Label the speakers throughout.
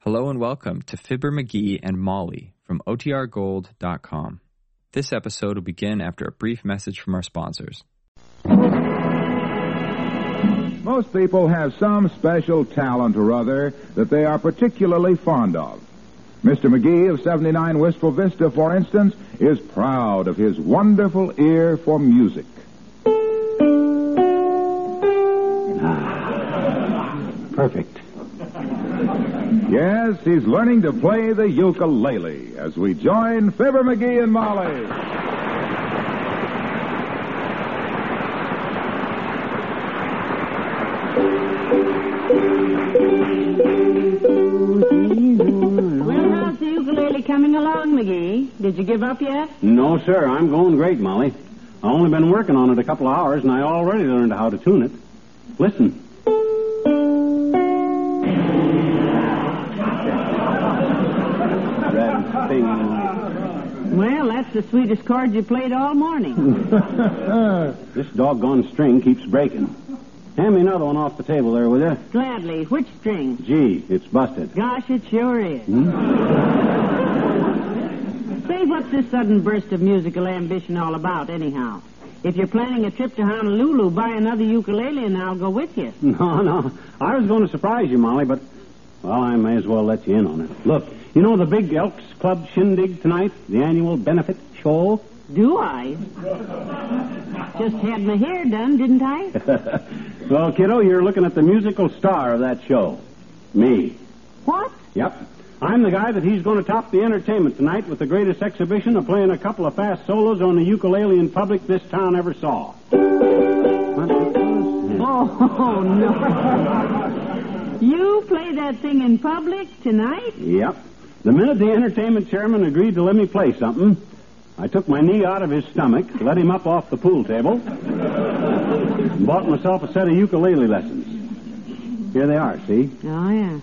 Speaker 1: Hello and welcome to Fibber McGee and Molly from OTRGold.com. This episode will begin after a brief message from our sponsors.
Speaker 2: Most people have some special talent or other that they are particularly fond of. Mr. McGee of 79 Wistful Vista, for instance, is proud of his wonderful ear for music.
Speaker 3: Perfect.
Speaker 2: Yes, he's learning to play the ukulele as we join Fibber McGee and Molly.
Speaker 4: Well, how's the ukulele coming along, McGee? Did you give up yet?
Speaker 3: No, sir. I'm going great, Molly. I've only been working on it a couple of hours, and I already learned how to tune it. Listen. That thing.
Speaker 4: Well, that's the sweetest chord you played all morning.
Speaker 3: This doggone string keeps breaking. Hand me another one off the table there, will you?
Speaker 4: Gladly. Which string?
Speaker 3: Gee, it's busted.
Speaker 4: Gosh, it sure is. Say, what's this sudden burst of musical ambition all about, anyhow? If you're planning a trip to Honolulu, buy another ukulele and I'll go with you.
Speaker 3: No, no. I was going to surprise you, Molly, but, well, I may as well let you in on it. Look, you know the big Elks Club shindig tonight? The annual benefit show?
Speaker 4: Do I? Just had my hair done, didn't I?
Speaker 3: well, kiddo, you're looking at the musical star of that show. Me.
Speaker 4: What?
Speaker 3: Yep. I'm the guy that he's going to top the entertainment tonight with the greatest exhibition of playing a couple of fast solos on the ukulele in public this town ever saw.
Speaker 4: Oh, no. You play that thing in public tonight?
Speaker 3: Yep. The minute the entertainment chairman agreed to let me play something, I took my knee out of his stomach, let him up off the pool table, and bought myself a set of ukulele lessons. Here they are, see?
Speaker 4: Oh, yeah.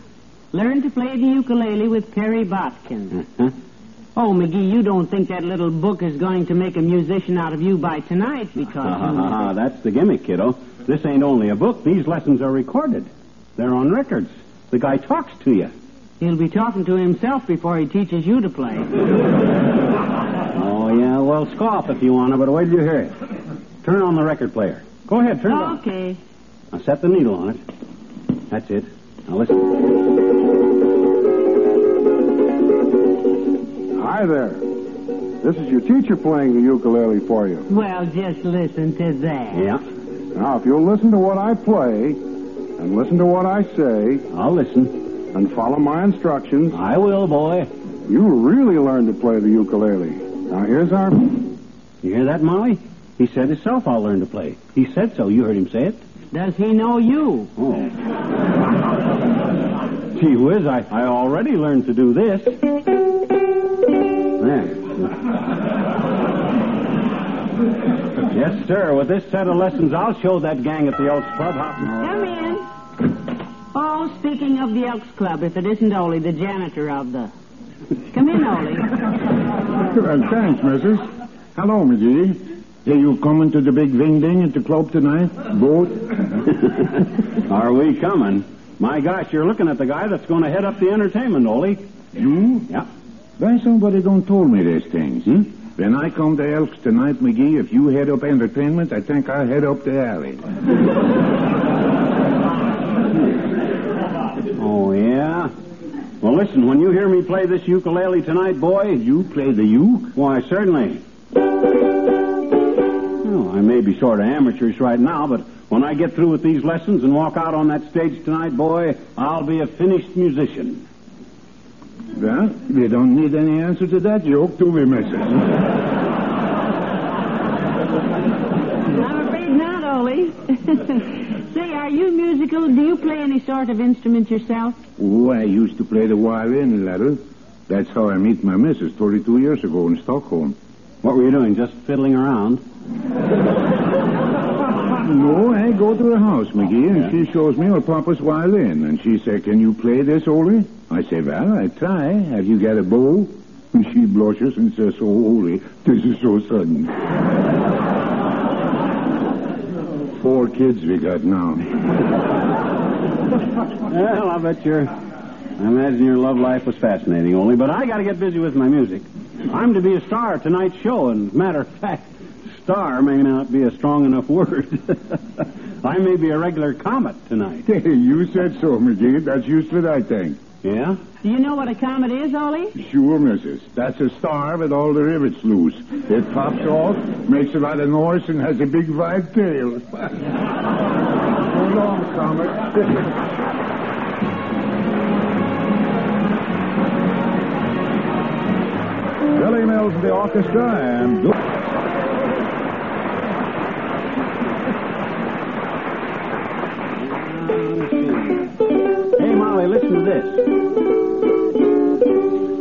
Speaker 4: Learn to play the ukulele with Perry Botkin. Oh, McGee, you don't think that little book is going to make a musician out of you by tonight because.
Speaker 3: Ah, that's the gimmick, kiddo. This ain't only a book. These lessons are recorded. They're on records. The guy talks to you.
Speaker 4: He'll be talking to himself before he teaches you to play.
Speaker 3: Oh, yeah, well, scoff if you want to, but wait till you hear it. Turn on the record player. Go ahead, turn it on.
Speaker 4: Okay.
Speaker 3: Now set the needle on it. That's it. Now listen.
Speaker 5: Hi there. This is your teacher playing the ukulele for you.
Speaker 4: Well, just listen to that.
Speaker 3: Yeah,
Speaker 5: Now, if you'll listen to what I play, and listen to what I say,
Speaker 3: I'll listen.
Speaker 5: and follow my instructions,
Speaker 3: I will, boy.
Speaker 5: you really learn to play the ukulele. Now, here's our.
Speaker 3: You hear that, Molly? He said himself I'll learn to play. He said so. You heard him say it.
Speaker 4: Does he know you?
Speaker 3: Oh. Gee whiz, I, I already learned to do this. There. yes, sir. With this set of lessons, I'll show that gang at the Elks Club how...
Speaker 4: Come in. Oh, speaking of the Elks Club, if it isn't Ole, the janitor of the. Come in, Ole.
Speaker 6: thanks, Mrs. Hello, McGee. Are you coming to the big wing ding at the club tonight? Boat?
Speaker 3: Are we coming? My gosh, you're looking at the guy that's going to head up the entertainment, Ole.
Speaker 6: you?
Speaker 3: Yep.
Speaker 6: Why somebody don't told me these things, hmm? When I come to Elks tonight, McGee, if you head up entertainment, I think I head up the alley.
Speaker 3: Oh, yeah? Well, listen, when you hear me play this ukulele tonight, boy. You play the uke? Why, certainly. Well, I may be sort of amateurish right now, but when I get through with these lessons and walk out on that stage tonight, boy, I'll be a finished musician.
Speaker 6: Well, we don't need any answer to that joke, do we, Mrs.?
Speaker 4: I'm afraid not, Ollie. Say, are you musical? Do you play any sort of instrument yourself?
Speaker 6: Oh, I used to play the violin a little. That's how I met my missus 32 years ago in Stockholm.
Speaker 3: What were you doing? Just fiddling around?
Speaker 6: No, I go to her house, McGee, and she shows me her papa's violin. And she said, Can you play this, Ole? I say, Well, I try. Have you got a bow? And she blushes and says, Oh, Ole, this is so sudden. Four kids we got now.
Speaker 3: Well, I bet you're I imagine your love life was fascinating, Ole, but I got to get busy with my music. I'm to be a star at tonight's show, and matter of fact, star may not be a strong enough word. I may be a regular comet tonight.
Speaker 6: you said so, McGee. That's usually I think.
Speaker 3: Yeah?
Speaker 4: Do you know what a comet is, Ollie?
Speaker 6: Sure, Mrs. That's a star with all the rivets loose. It pops off, makes a lot of noise, and has a big wide tail. so long, Comet.
Speaker 2: Billy Mills and the orchestra and...
Speaker 3: Hey, Molly, listen to this.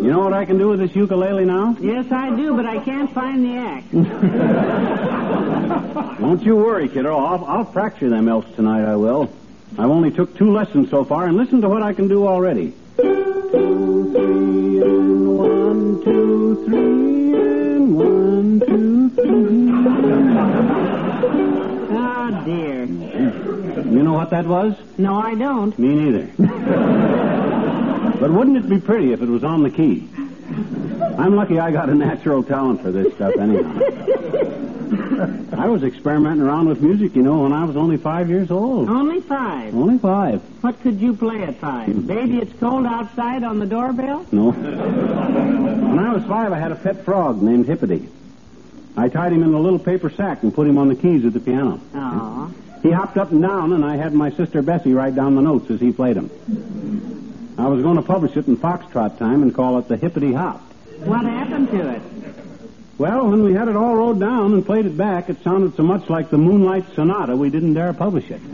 Speaker 3: You know what I can do with this ukulele now?
Speaker 4: Yes, I do, but I can't find the axe.
Speaker 3: Don't you worry, kiddo. I'll, I'll fracture them else tonight, I will. I've only took two lessons so far, and listen to what I can do already. Two, three, and one, two, three, and one, two,
Speaker 4: Oh, dear.
Speaker 3: three. You know what that was?
Speaker 4: No, I don't.
Speaker 3: Me neither. but wouldn't it be pretty if it was on the key? I'm lucky I got a natural talent for this stuff, anyhow. I was experimenting around with music, you know, when I was only five years old.
Speaker 4: Only five.
Speaker 3: Only five.
Speaker 4: What could you play at five? Baby, it's cold outside on the doorbell?
Speaker 3: No. when I was five, I had a pet frog named Hippity. I tied him in a little paper sack and put him on the keys at the piano.
Speaker 4: Aw.
Speaker 3: He hopped up and down, and I had my sister Bessie write down the notes as he played them. I was going to publish it in Foxtrot time and call it the Hippity Hop.
Speaker 4: What happened to it?
Speaker 3: Well, when we had it all wrote down and played it back, it sounded so much like the Moonlight Sonata, we didn't dare publish it.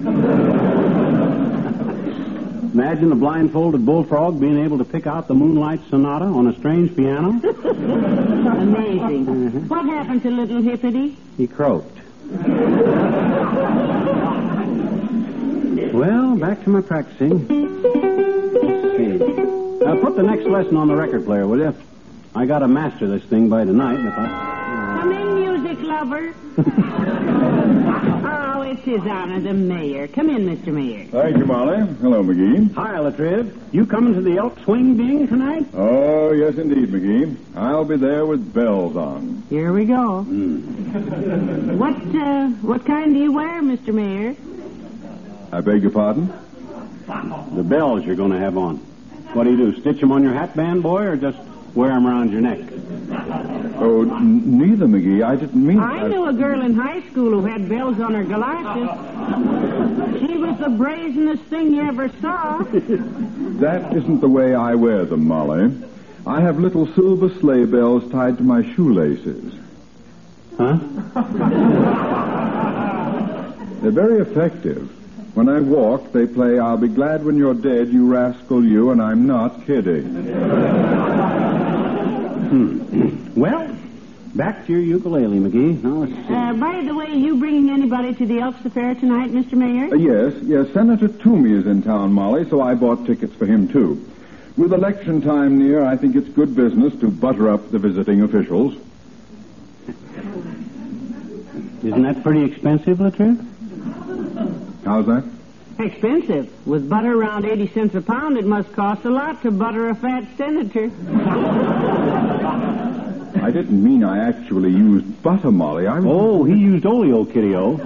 Speaker 3: Imagine a blindfolded bullfrog being able to pick out the Moonlight Sonata on a strange piano.
Speaker 4: Amazing. What happened to little Hippity?
Speaker 3: He croaked. well, back to my practicing. Let's see. Uh, put the next lesson on the record player, will you? I got to master this thing by tonight. If I...
Speaker 4: Come in, music lover. oh, it's his honor, the mayor. Come in, Mr. Mayor.
Speaker 6: Thank you, Molly. Hello, McGee.
Speaker 3: Hi, Latriv. You coming to the Elk Swing Being tonight?
Speaker 6: Oh, yes, indeed, McGee. I'll be there with bells on.
Speaker 4: Here we go. what uh, what kind do you wear, Mr. Mayor?
Speaker 6: I beg your pardon?
Speaker 3: The bells you're going to have on. What do you do, stitch them on your hat band, boy, or just wear them around your neck?
Speaker 6: Oh, n- neither, McGee. I didn't mean
Speaker 4: I knew a girl in high school who had bells on her galoshes. She was the brazenest thing you ever saw.
Speaker 6: That isn't the way I wear them, Molly. I have little silver sleigh bells tied to my shoelaces.
Speaker 3: Huh?
Speaker 6: They're very effective. When I walk, they play I'll be glad when you're dead, you rascal, you, and I'm not kidding.
Speaker 3: Well, back to your ukulele, McGee. Now let's see.
Speaker 4: Uh, by the way, you bringing anybody to the Elks Affair tonight, Mr. Mayor?
Speaker 6: Uh, yes, yes, Senator Toomey is in town, Molly, so I bought tickets for him, too. With election time near, I think it's good business to butter up the visiting officials.
Speaker 3: Isn't that pretty expensive, Latriv?
Speaker 6: How's that?
Speaker 4: Expensive. With butter around 80 cents a pound, it must cost a lot to butter a fat senator.
Speaker 6: I didn't mean I actually used butter, Molly. I
Speaker 3: Oh, he used oleo kitty-o.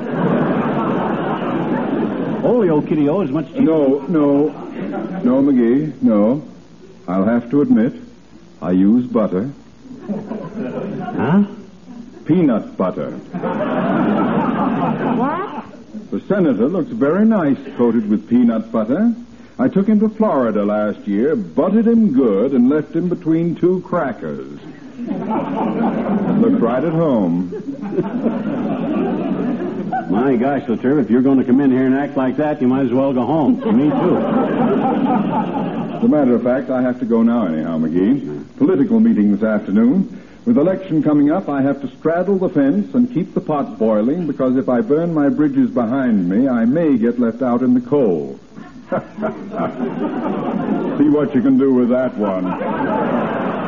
Speaker 3: oleo kitty-o is much cheaper.
Speaker 6: No, no, no, McGee, no. I'll have to admit, I use butter,
Speaker 3: Huh?
Speaker 6: peanut butter.
Speaker 4: What?
Speaker 6: The senator looks very nice coated with peanut butter. I took him to Florida last year, buttered him good, and left him between two crackers. Looked right at home.
Speaker 3: My gosh, Latriv, if you're going to come in here and act like that, you might as well go home. Me too.
Speaker 6: As a matter of fact, I have to go now anyhow, McGee. Political meeting this afternoon. With election coming up, I have to straddle the fence and keep the pot boiling because if I burn my bridges behind me, I may get left out in the cold. See what you can do with that one.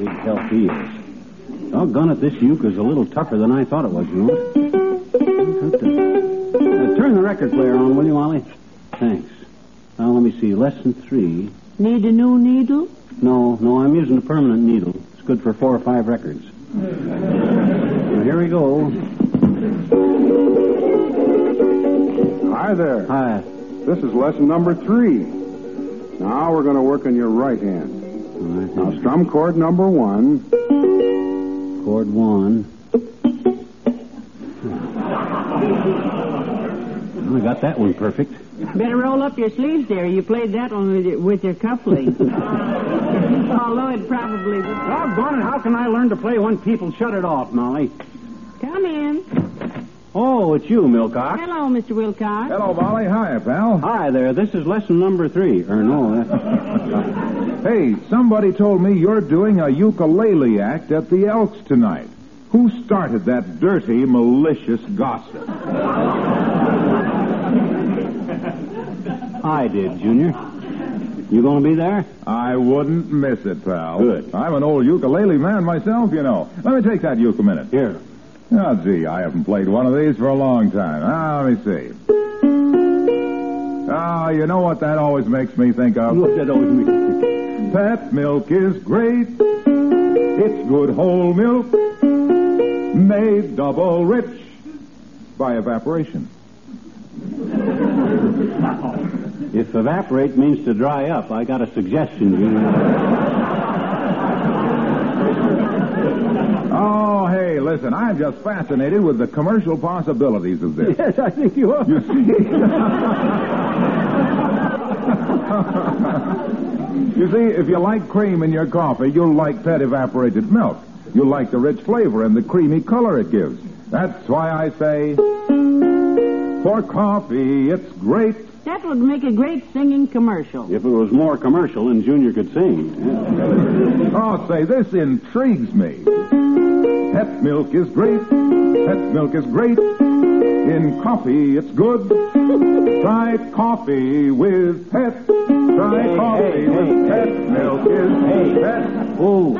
Speaker 3: Big help he is. Doggone it, this uke is a little tougher than I thought it was, you know. Uh, turn the record player on, will you, Ollie? Thanks. Now, let me see. Lesson three.
Speaker 4: Need a new needle?
Speaker 3: No, no, I'm using a permanent needle. It's good for four or five records. Well, here we go.
Speaker 7: Hi there.
Speaker 3: Hi.
Speaker 7: This is lesson number three. Now we're going to work on your right hand. Now, strum chord number one.
Speaker 3: Chord one. Well, I got that one perfect.
Speaker 4: Better roll up your sleeves there. You played that one with your, with your cufflink. Although it probably was.
Speaker 3: Doggone it, how can I learn to play when people shut it off, Molly?
Speaker 4: Come in.
Speaker 3: Oh, it's you, Milcock.
Speaker 4: Hello, Mr. Wilcox.
Speaker 6: Hello, Molly. Hi, pal.
Speaker 3: Hi there, this is lesson number three. Or no, that's...
Speaker 6: Hey, somebody told me you're doing a ukulele act at the Elks tonight. Who started that dirty, malicious gossip?
Speaker 3: I did, Junior. You gonna be there?
Speaker 6: I wouldn't miss it, pal.
Speaker 3: Good.
Speaker 6: I'm an old ukulele man myself, you know. Let me take that uke a minute.
Speaker 3: Here.
Speaker 6: Oh, gee, I haven't played one of these for a long time. Ah, let me see. Ah, you know what that always makes me think of?
Speaker 3: Look at those me.
Speaker 6: Pep milk is great. It's good whole milk, made double rich by evaporation.
Speaker 3: If evaporate means to dry up, I got a suggestion, Junior.
Speaker 6: Oh, hey, listen, I'm just fascinated with the commercial possibilities of this.
Speaker 3: Yes, I think you are.
Speaker 6: You see? you see, if you like cream in your coffee, you'll like pet evaporated milk. You'll like the rich flavor and the creamy color it gives. That's why I say, for coffee, it's great.
Speaker 4: That would make a great singing commercial.
Speaker 3: If it was more commercial and Junior could sing.
Speaker 6: Oh, say, this intrigues me. Pet milk is great. Pet milk is great. In coffee, it's good. Try coffee with pet. Try
Speaker 3: Hey,
Speaker 6: coffee
Speaker 3: hey,
Speaker 6: with
Speaker 3: hey,
Speaker 6: pet. Milk is pet.
Speaker 3: Oh.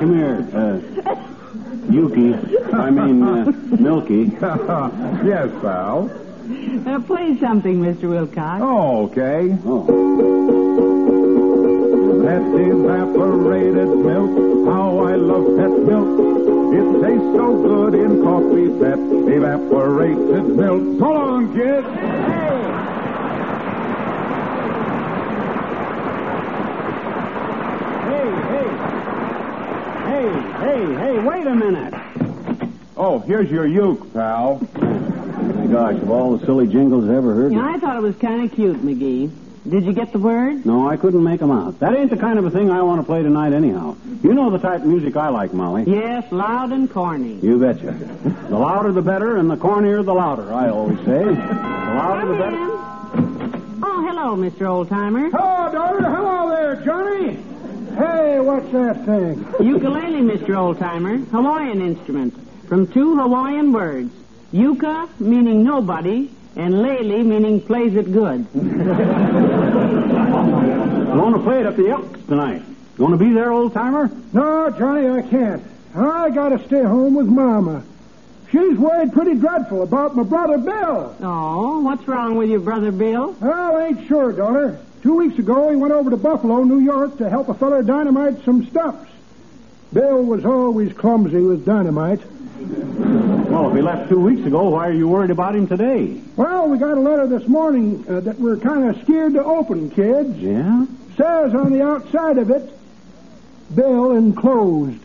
Speaker 3: Come here, uh, Yuki. I mean, uh, Milky.
Speaker 6: yes, pal.
Speaker 4: Now, Uh, play something, Mr. Wilcox.
Speaker 6: Okay.
Speaker 3: Oh.
Speaker 6: Pet evaporated milk. How I love pet milk. It tastes so good in coffee. Pet evaporated milk. So long, kids.
Speaker 3: Hey, hey. Hey, hey, hey, wait a minute.
Speaker 6: Oh, here's your uke, pal.
Speaker 3: my gosh, of all the silly jingles I ever heard.
Speaker 4: You know, I thought it was kind of cute, McGee. Did you get the word?
Speaker 3: No, I couldn't make 'em out. That ain't the kind of a thing I want to play tonight, anyhow. You know the type of music I like, Molly.
Speaker 4: Yes, loud and corny.
Speaker 3: You betcha. The louder the better, and the cornier the louder, I always say. The louder
Speaker 4: Come
Speaker 3: the
Speaker 4: in.
Speaker 3: better.
Speaker 4: Oh, hello, Mr. Oldtimer.
Speaker 8: Hello, daughter. Hello there, Johnny. Hey, what's that thing?
Speaker 4: Ukulele, Mr. Oldtimer. Hawaiian instrument. From two Hawaiian words. Yuka, meaning nobody, and lele, meaning plays it good.
Speaker 3: Going to play it at the Elks tonight. Going to be there, old timer?
Speaker 8: No, Johnny, I can't. I gotta stay home with Mama. She's worried pretty dreadful about my brother Bill.
Speaker 4: Oh, what's wrong with your brother Bill?
Speaker 8: Well, I ain't sure, daughter. Two weeks ago, he went over to Buffalo, New York, to help a feller dynamite some stumps. Bill was always clumsy with dynamite.
Speaker 3: Well, if he left two weeks ago, why are you worried about him today?
Speaker 8: Well, we got a letter this morning uh, that we're kind of scared to open, kids.
Speaker 3: Yeah?
Speaker 8: Says on the outside of it, Bill enclosed.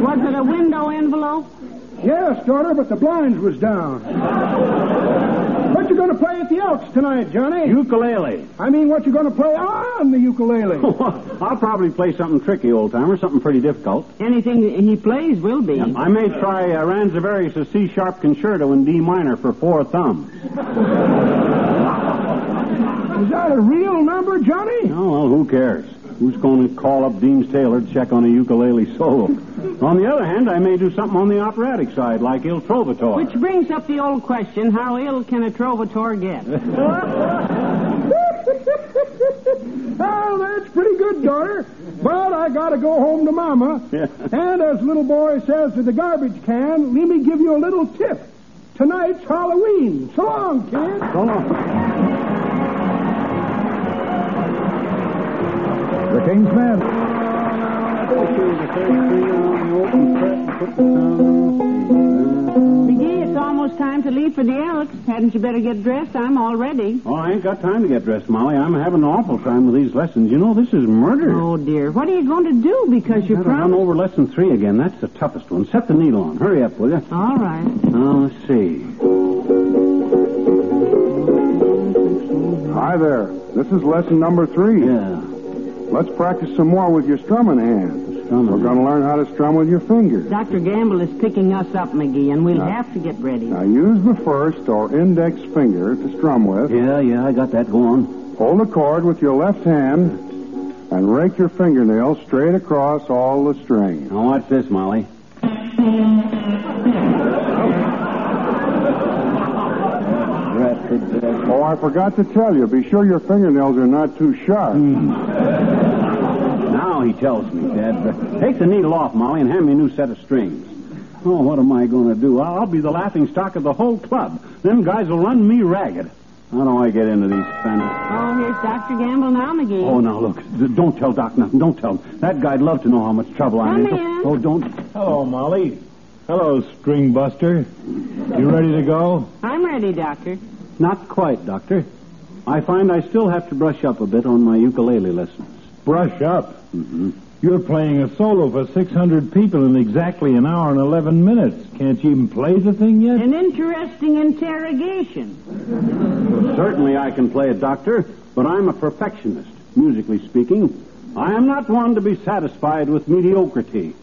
Speaker 4: Was it a window envelope?
Speaker 8: Yes, daughter, but the blinds was down. what you gonna play at the Elks tonight, Johnny?
Speaker 3: Ukulele.
Speaker 8: I mean, what you gonna play on the ukulele?
Speaker 3: I'll probably play something tricky, old timer, something pretty difficult.
Speaker 4: Anything he plays will be.
Speaker 3: I may try uh, Ranzavarius' C sharp concerto in D minor for four thumbs.
Speaker 8: Is that a real number, Johnny?
Speaker 3: Oh, well, who cares? Who's going to call up Deems Taylor to check on a ukulele solo? On the other hand, I may do something on the operatic side, like Il Trovatore.
Speaker 4: Which brings up the old question, how ill can a trovatore get?
Speaker 8: Oh,
Speaker 6: Well, that's pretty good, daughter. But I gotta go home to Mama.
Speaker 3: Yeah.
Speaker 6: And as little boy says to the garbage can, let me give you a little tip. Tonight's Halloween. So long, kid.
Speaker 3: So long.
Speaker 9: The King's Men.
Speaker 4: McGee, it's almost time to leave for the Elks. Hadn't you better get dressed? I'm all ready.
Speaker 3: Oh, I ain't got time to get dressed, Molly. I'm having an awful time with these lessons. You know, this is murder.
Speaker 4: Oh, dear. What are you going to do? Because you
Speaker 3: Gotta run
Speaker 4: promised...
Speaker 3: over lesson three again. That's the toughest one. Set the needle on. Hurry up, will you?
Speaker 4: All right.
Speaker 3: Oh, let's see.
Speaker 6: Hi there. This is lesson number three.
Speaker 3: Yeah.
Speaker 6: Let's practice some more with your strumming hand.
Speaker 3: Strumming.
Speaker 6: We're gonna learn how to strum with your fingers.
Speaker 4: Dr. Gamble is picking us up, McGee, and we'll have to get ready.
Speaker 6: Now use the first or index finger to strum with.
Speaker 3: Yeah, yeah, I got that. Go on.
Speaker 6: Hold the chord with your left hand and rake your fingernails straight across all the string.
Speaker 3: Now watch this, Molly. Rapid, uh,
Speaker 6: Oh, I forgot to tell you. Be sure your fingernails are not too sharp.
Speaker 10: Hmm.
Speaker 3: Now he tells me, Dad. Take the needle off, Molly, and hand me a new set of strings. Oh, what am I going to do? I'll I'll be the laughing stock of the whole club. Them guys will run me ragged. How do I get into these fenders?
Speaker 4: Oh, here's Dr. Gamble now, McGee.
Speaker 3: Oh, now look. d- Don't tell Doc nothing. Don't tell him. That guy'd love to know how much trouble I'm
Speaker 4: Come
Speaker 3: in.
Speaker 4: in.
Speaker 3: Oh, don't.
Speaker 10: Hello, Molly. Hello, String Buster. You ready to go?
Speaker 4: I'm ready, Doctor.
Speaker 3: Not quite, Doctor. I find I still have to brush up a bit on my ukulele lessons.
Speaker 10: Brush up.
Speaker 6: Mm-hmm.
Speaker 10: You're playing a solo for 600 people in exactly an hour and 11 minutes. Can't you even play the thing yet?
Speaker 4: An interesting interrogation.
Speaker 3: Certainly I can play it, Doctor, but I'm a perfectionist, musically speaking. I am not one to be satisfied with mediocrity.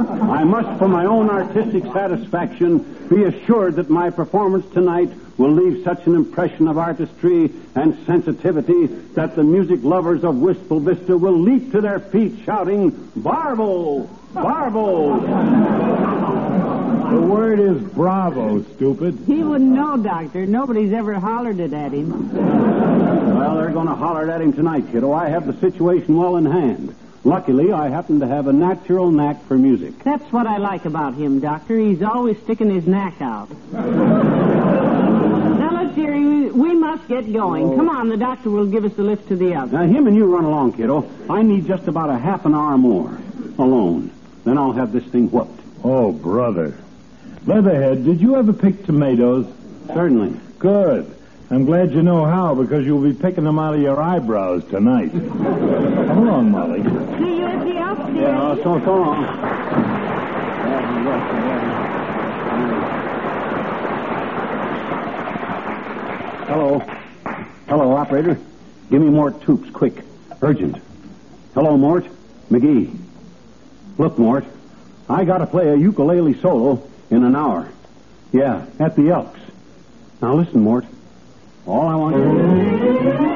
Speaker 3: I must, for my own artistic satisfaction, be assured that my performance tonight will leave such an impression of artistry and sensitivity that the music lovers of Wistful Vista will leap to their feet shouting, Barbo! Barbo!
Speaker 10: The word is bravo, stupid.
Speaker 4: He wouldn't know, Doctor. Nobody's ever hollered it at him.
Speaker 3: Well, they're going to holler it at him tonight, kiddo. I have the situation well in hand. Luckily, I happen to have a natural knack for music.
Speaker 4: That's what I like about him, Doctor. He's always sticking his neck out. now, look, dearie, we, we must get going. Come on, the doctor will give us the lift to the other.
Speaker 3: Now, him and you run along, kiddo. I need just about a half an hour more alone. Then I'll have this thing whooped.
Speaker 10: Oh, brother. Leatherhead, did you ever pick tomatoes?
Speaker 3: Certainly.
Speaker 10: Good. I'm glad you know how because you'll be picking them out of your eyebrows tonight. Come on, Molly.
Speaker 4: See you at the Elks, dearie.
Speaker 3: Yeah, so, so long. Hello. Hello, operator. Give me more tubes, quick. Urgent. Hello, Mort. McGee. Look, Mort. I gotta play a ukulele solo in an hour. Yeah, at the Elks. Now listen, Mort. All I want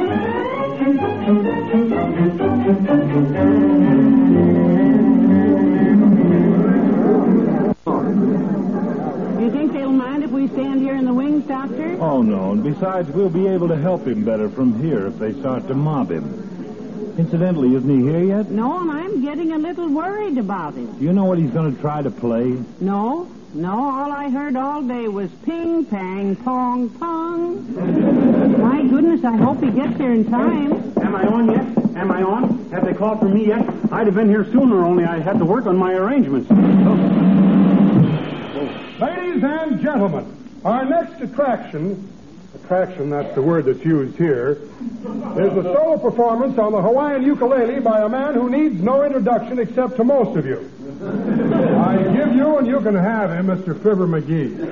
Speaker 4: You think they'll mind if we stand here in the wings, Doctor?
Speaker 10: Oh, no. And besides, we'll be able to help him better from here if they start to mob him. Incidentally, isn't he here yet?
Speaker 4: No, and I'm getting a little worried about him.
Speaker 10: Do you know what he's going to try to play?
Speaker 4: No, no, all I heard all day was ping, pang, pong, pong. My goodness, I hope he gets there in time.
Speaker 3: Am I on yet? Am I on? Have they called for me yet? I'd have been here sooner, only I had to work on my arrangements.
Speaker 6: Ladies and gentlemen, our next attraction, attraction, that's the word that's used here, is a solo performance on the Hawaiian ukulele by a man who needs no introduction except to most of you. I give you, and you can have him, Mr. Fibber McGee.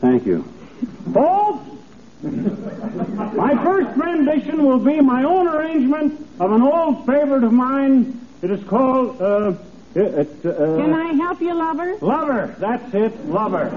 Speaker 3: Thank you. Thank you. Folks, my first rendition will be my own arrangement of an old favorite of mine. It is called, uh, it, it, uh,
Speaker 4: Can I help you, lover?
Speaker 3: Lover. That's it, Lover.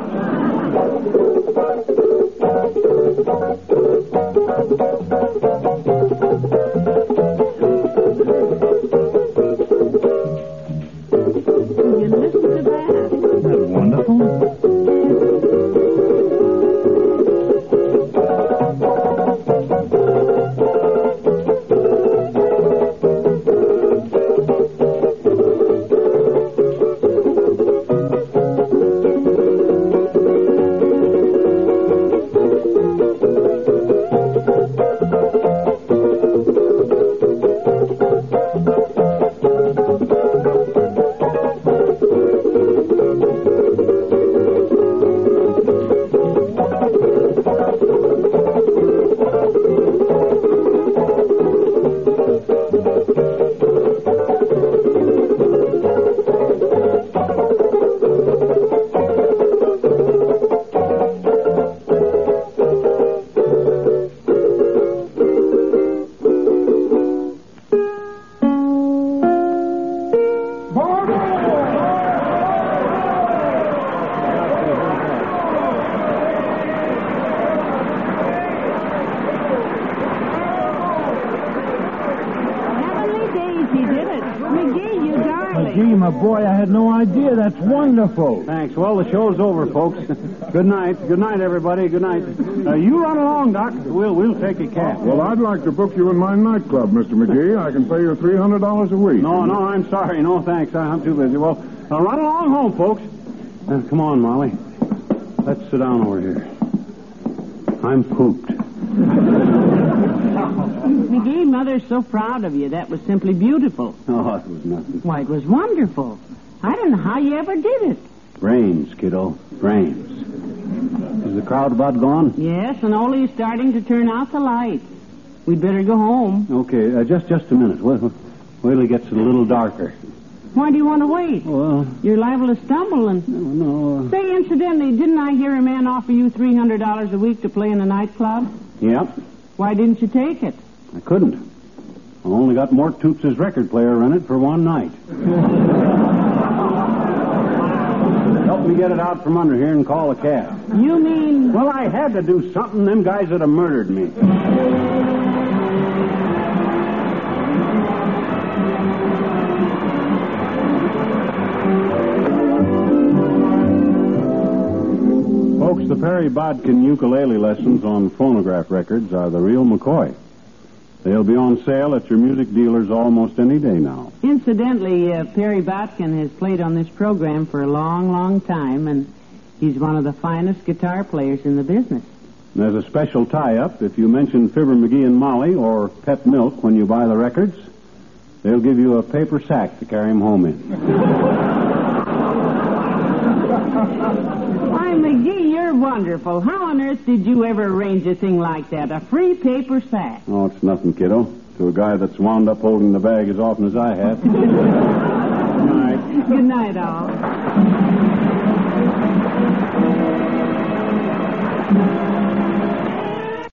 Speaker 11: my boy, I had no idea. That's wonderful.
Speaker 3: Thanks. Well, the show's over, folks. Good night. Good night, everybody. Good night. Uh, you run along, Doc. We'll we'll take a cab.
Speaker 6: Well, I'd like to book you in my nightclub, Mr. McGee. I can pay you $300 a week.
Speaker 3: No, no, I'm sorry. No, thanks. I- I'm too busy. Well, uh, run along home, folks. Uh, come on, Molly. Let's sit down over here. I'm pooped.
Speaker 4: McGee, Mother's so proud of you. That was simply beautiful.
Speaker 3: Oh, it was nothing.
Speaker 4: Why, it was wonderful. I don't know how you ever did it.
Speaker 3: Brains, kiddo. Brains. Is the crowd about gone?
Speaker 4: Yes, and Ole's starting to turn out the lights. We'd better go home.
Speaker 3: Okay, uh, just just a minute. Wait, wait wait till it gets a little darker.
Speaker 4: Why do you want to wait?
Speaker 3: Well,
Speaker 4: You're liable to stumble and.
Speaker 3: no.
Speaker 4: Say, incidentally, didn't I hear a man offer you $300 a week to play in a nightclub?
Speaker 3: Yep,
Speaker 4: Why didn't you take it?
Speaker 3: I couldn't. I only got Mort Toops' record player rented for one night. Help me get it out from under here and call a cab.
Speaker 4: You mean.
Speaker 3: Well, I had to do something. Them guys would have murdered me. Folks, the Perry Bodkin ukulele lessons on phonograph records are the real McCoy. They'll be on sale at your music dealers almost any day now.
Speaker 4: Incidentally, uh, Perry Botkin has played on this program for a long, long time, and he's one of the finest guitar players in the business.
Speaker 3: There's a special tie-up. If you mention Fibber McGee and Molly or Pet Milk when you buy the records, they'll give you a paper sack to carry 'em home in.
Speaker 4: Why, McGee, you're wonderful. How on earth did you ever arrange a thing like that? A free paper sack.
Speaker 3: Oh, it's nothing, kiddo. To a guy that's wound up holding the bag as often as I have. All right.
Speaker 4: Good night, all.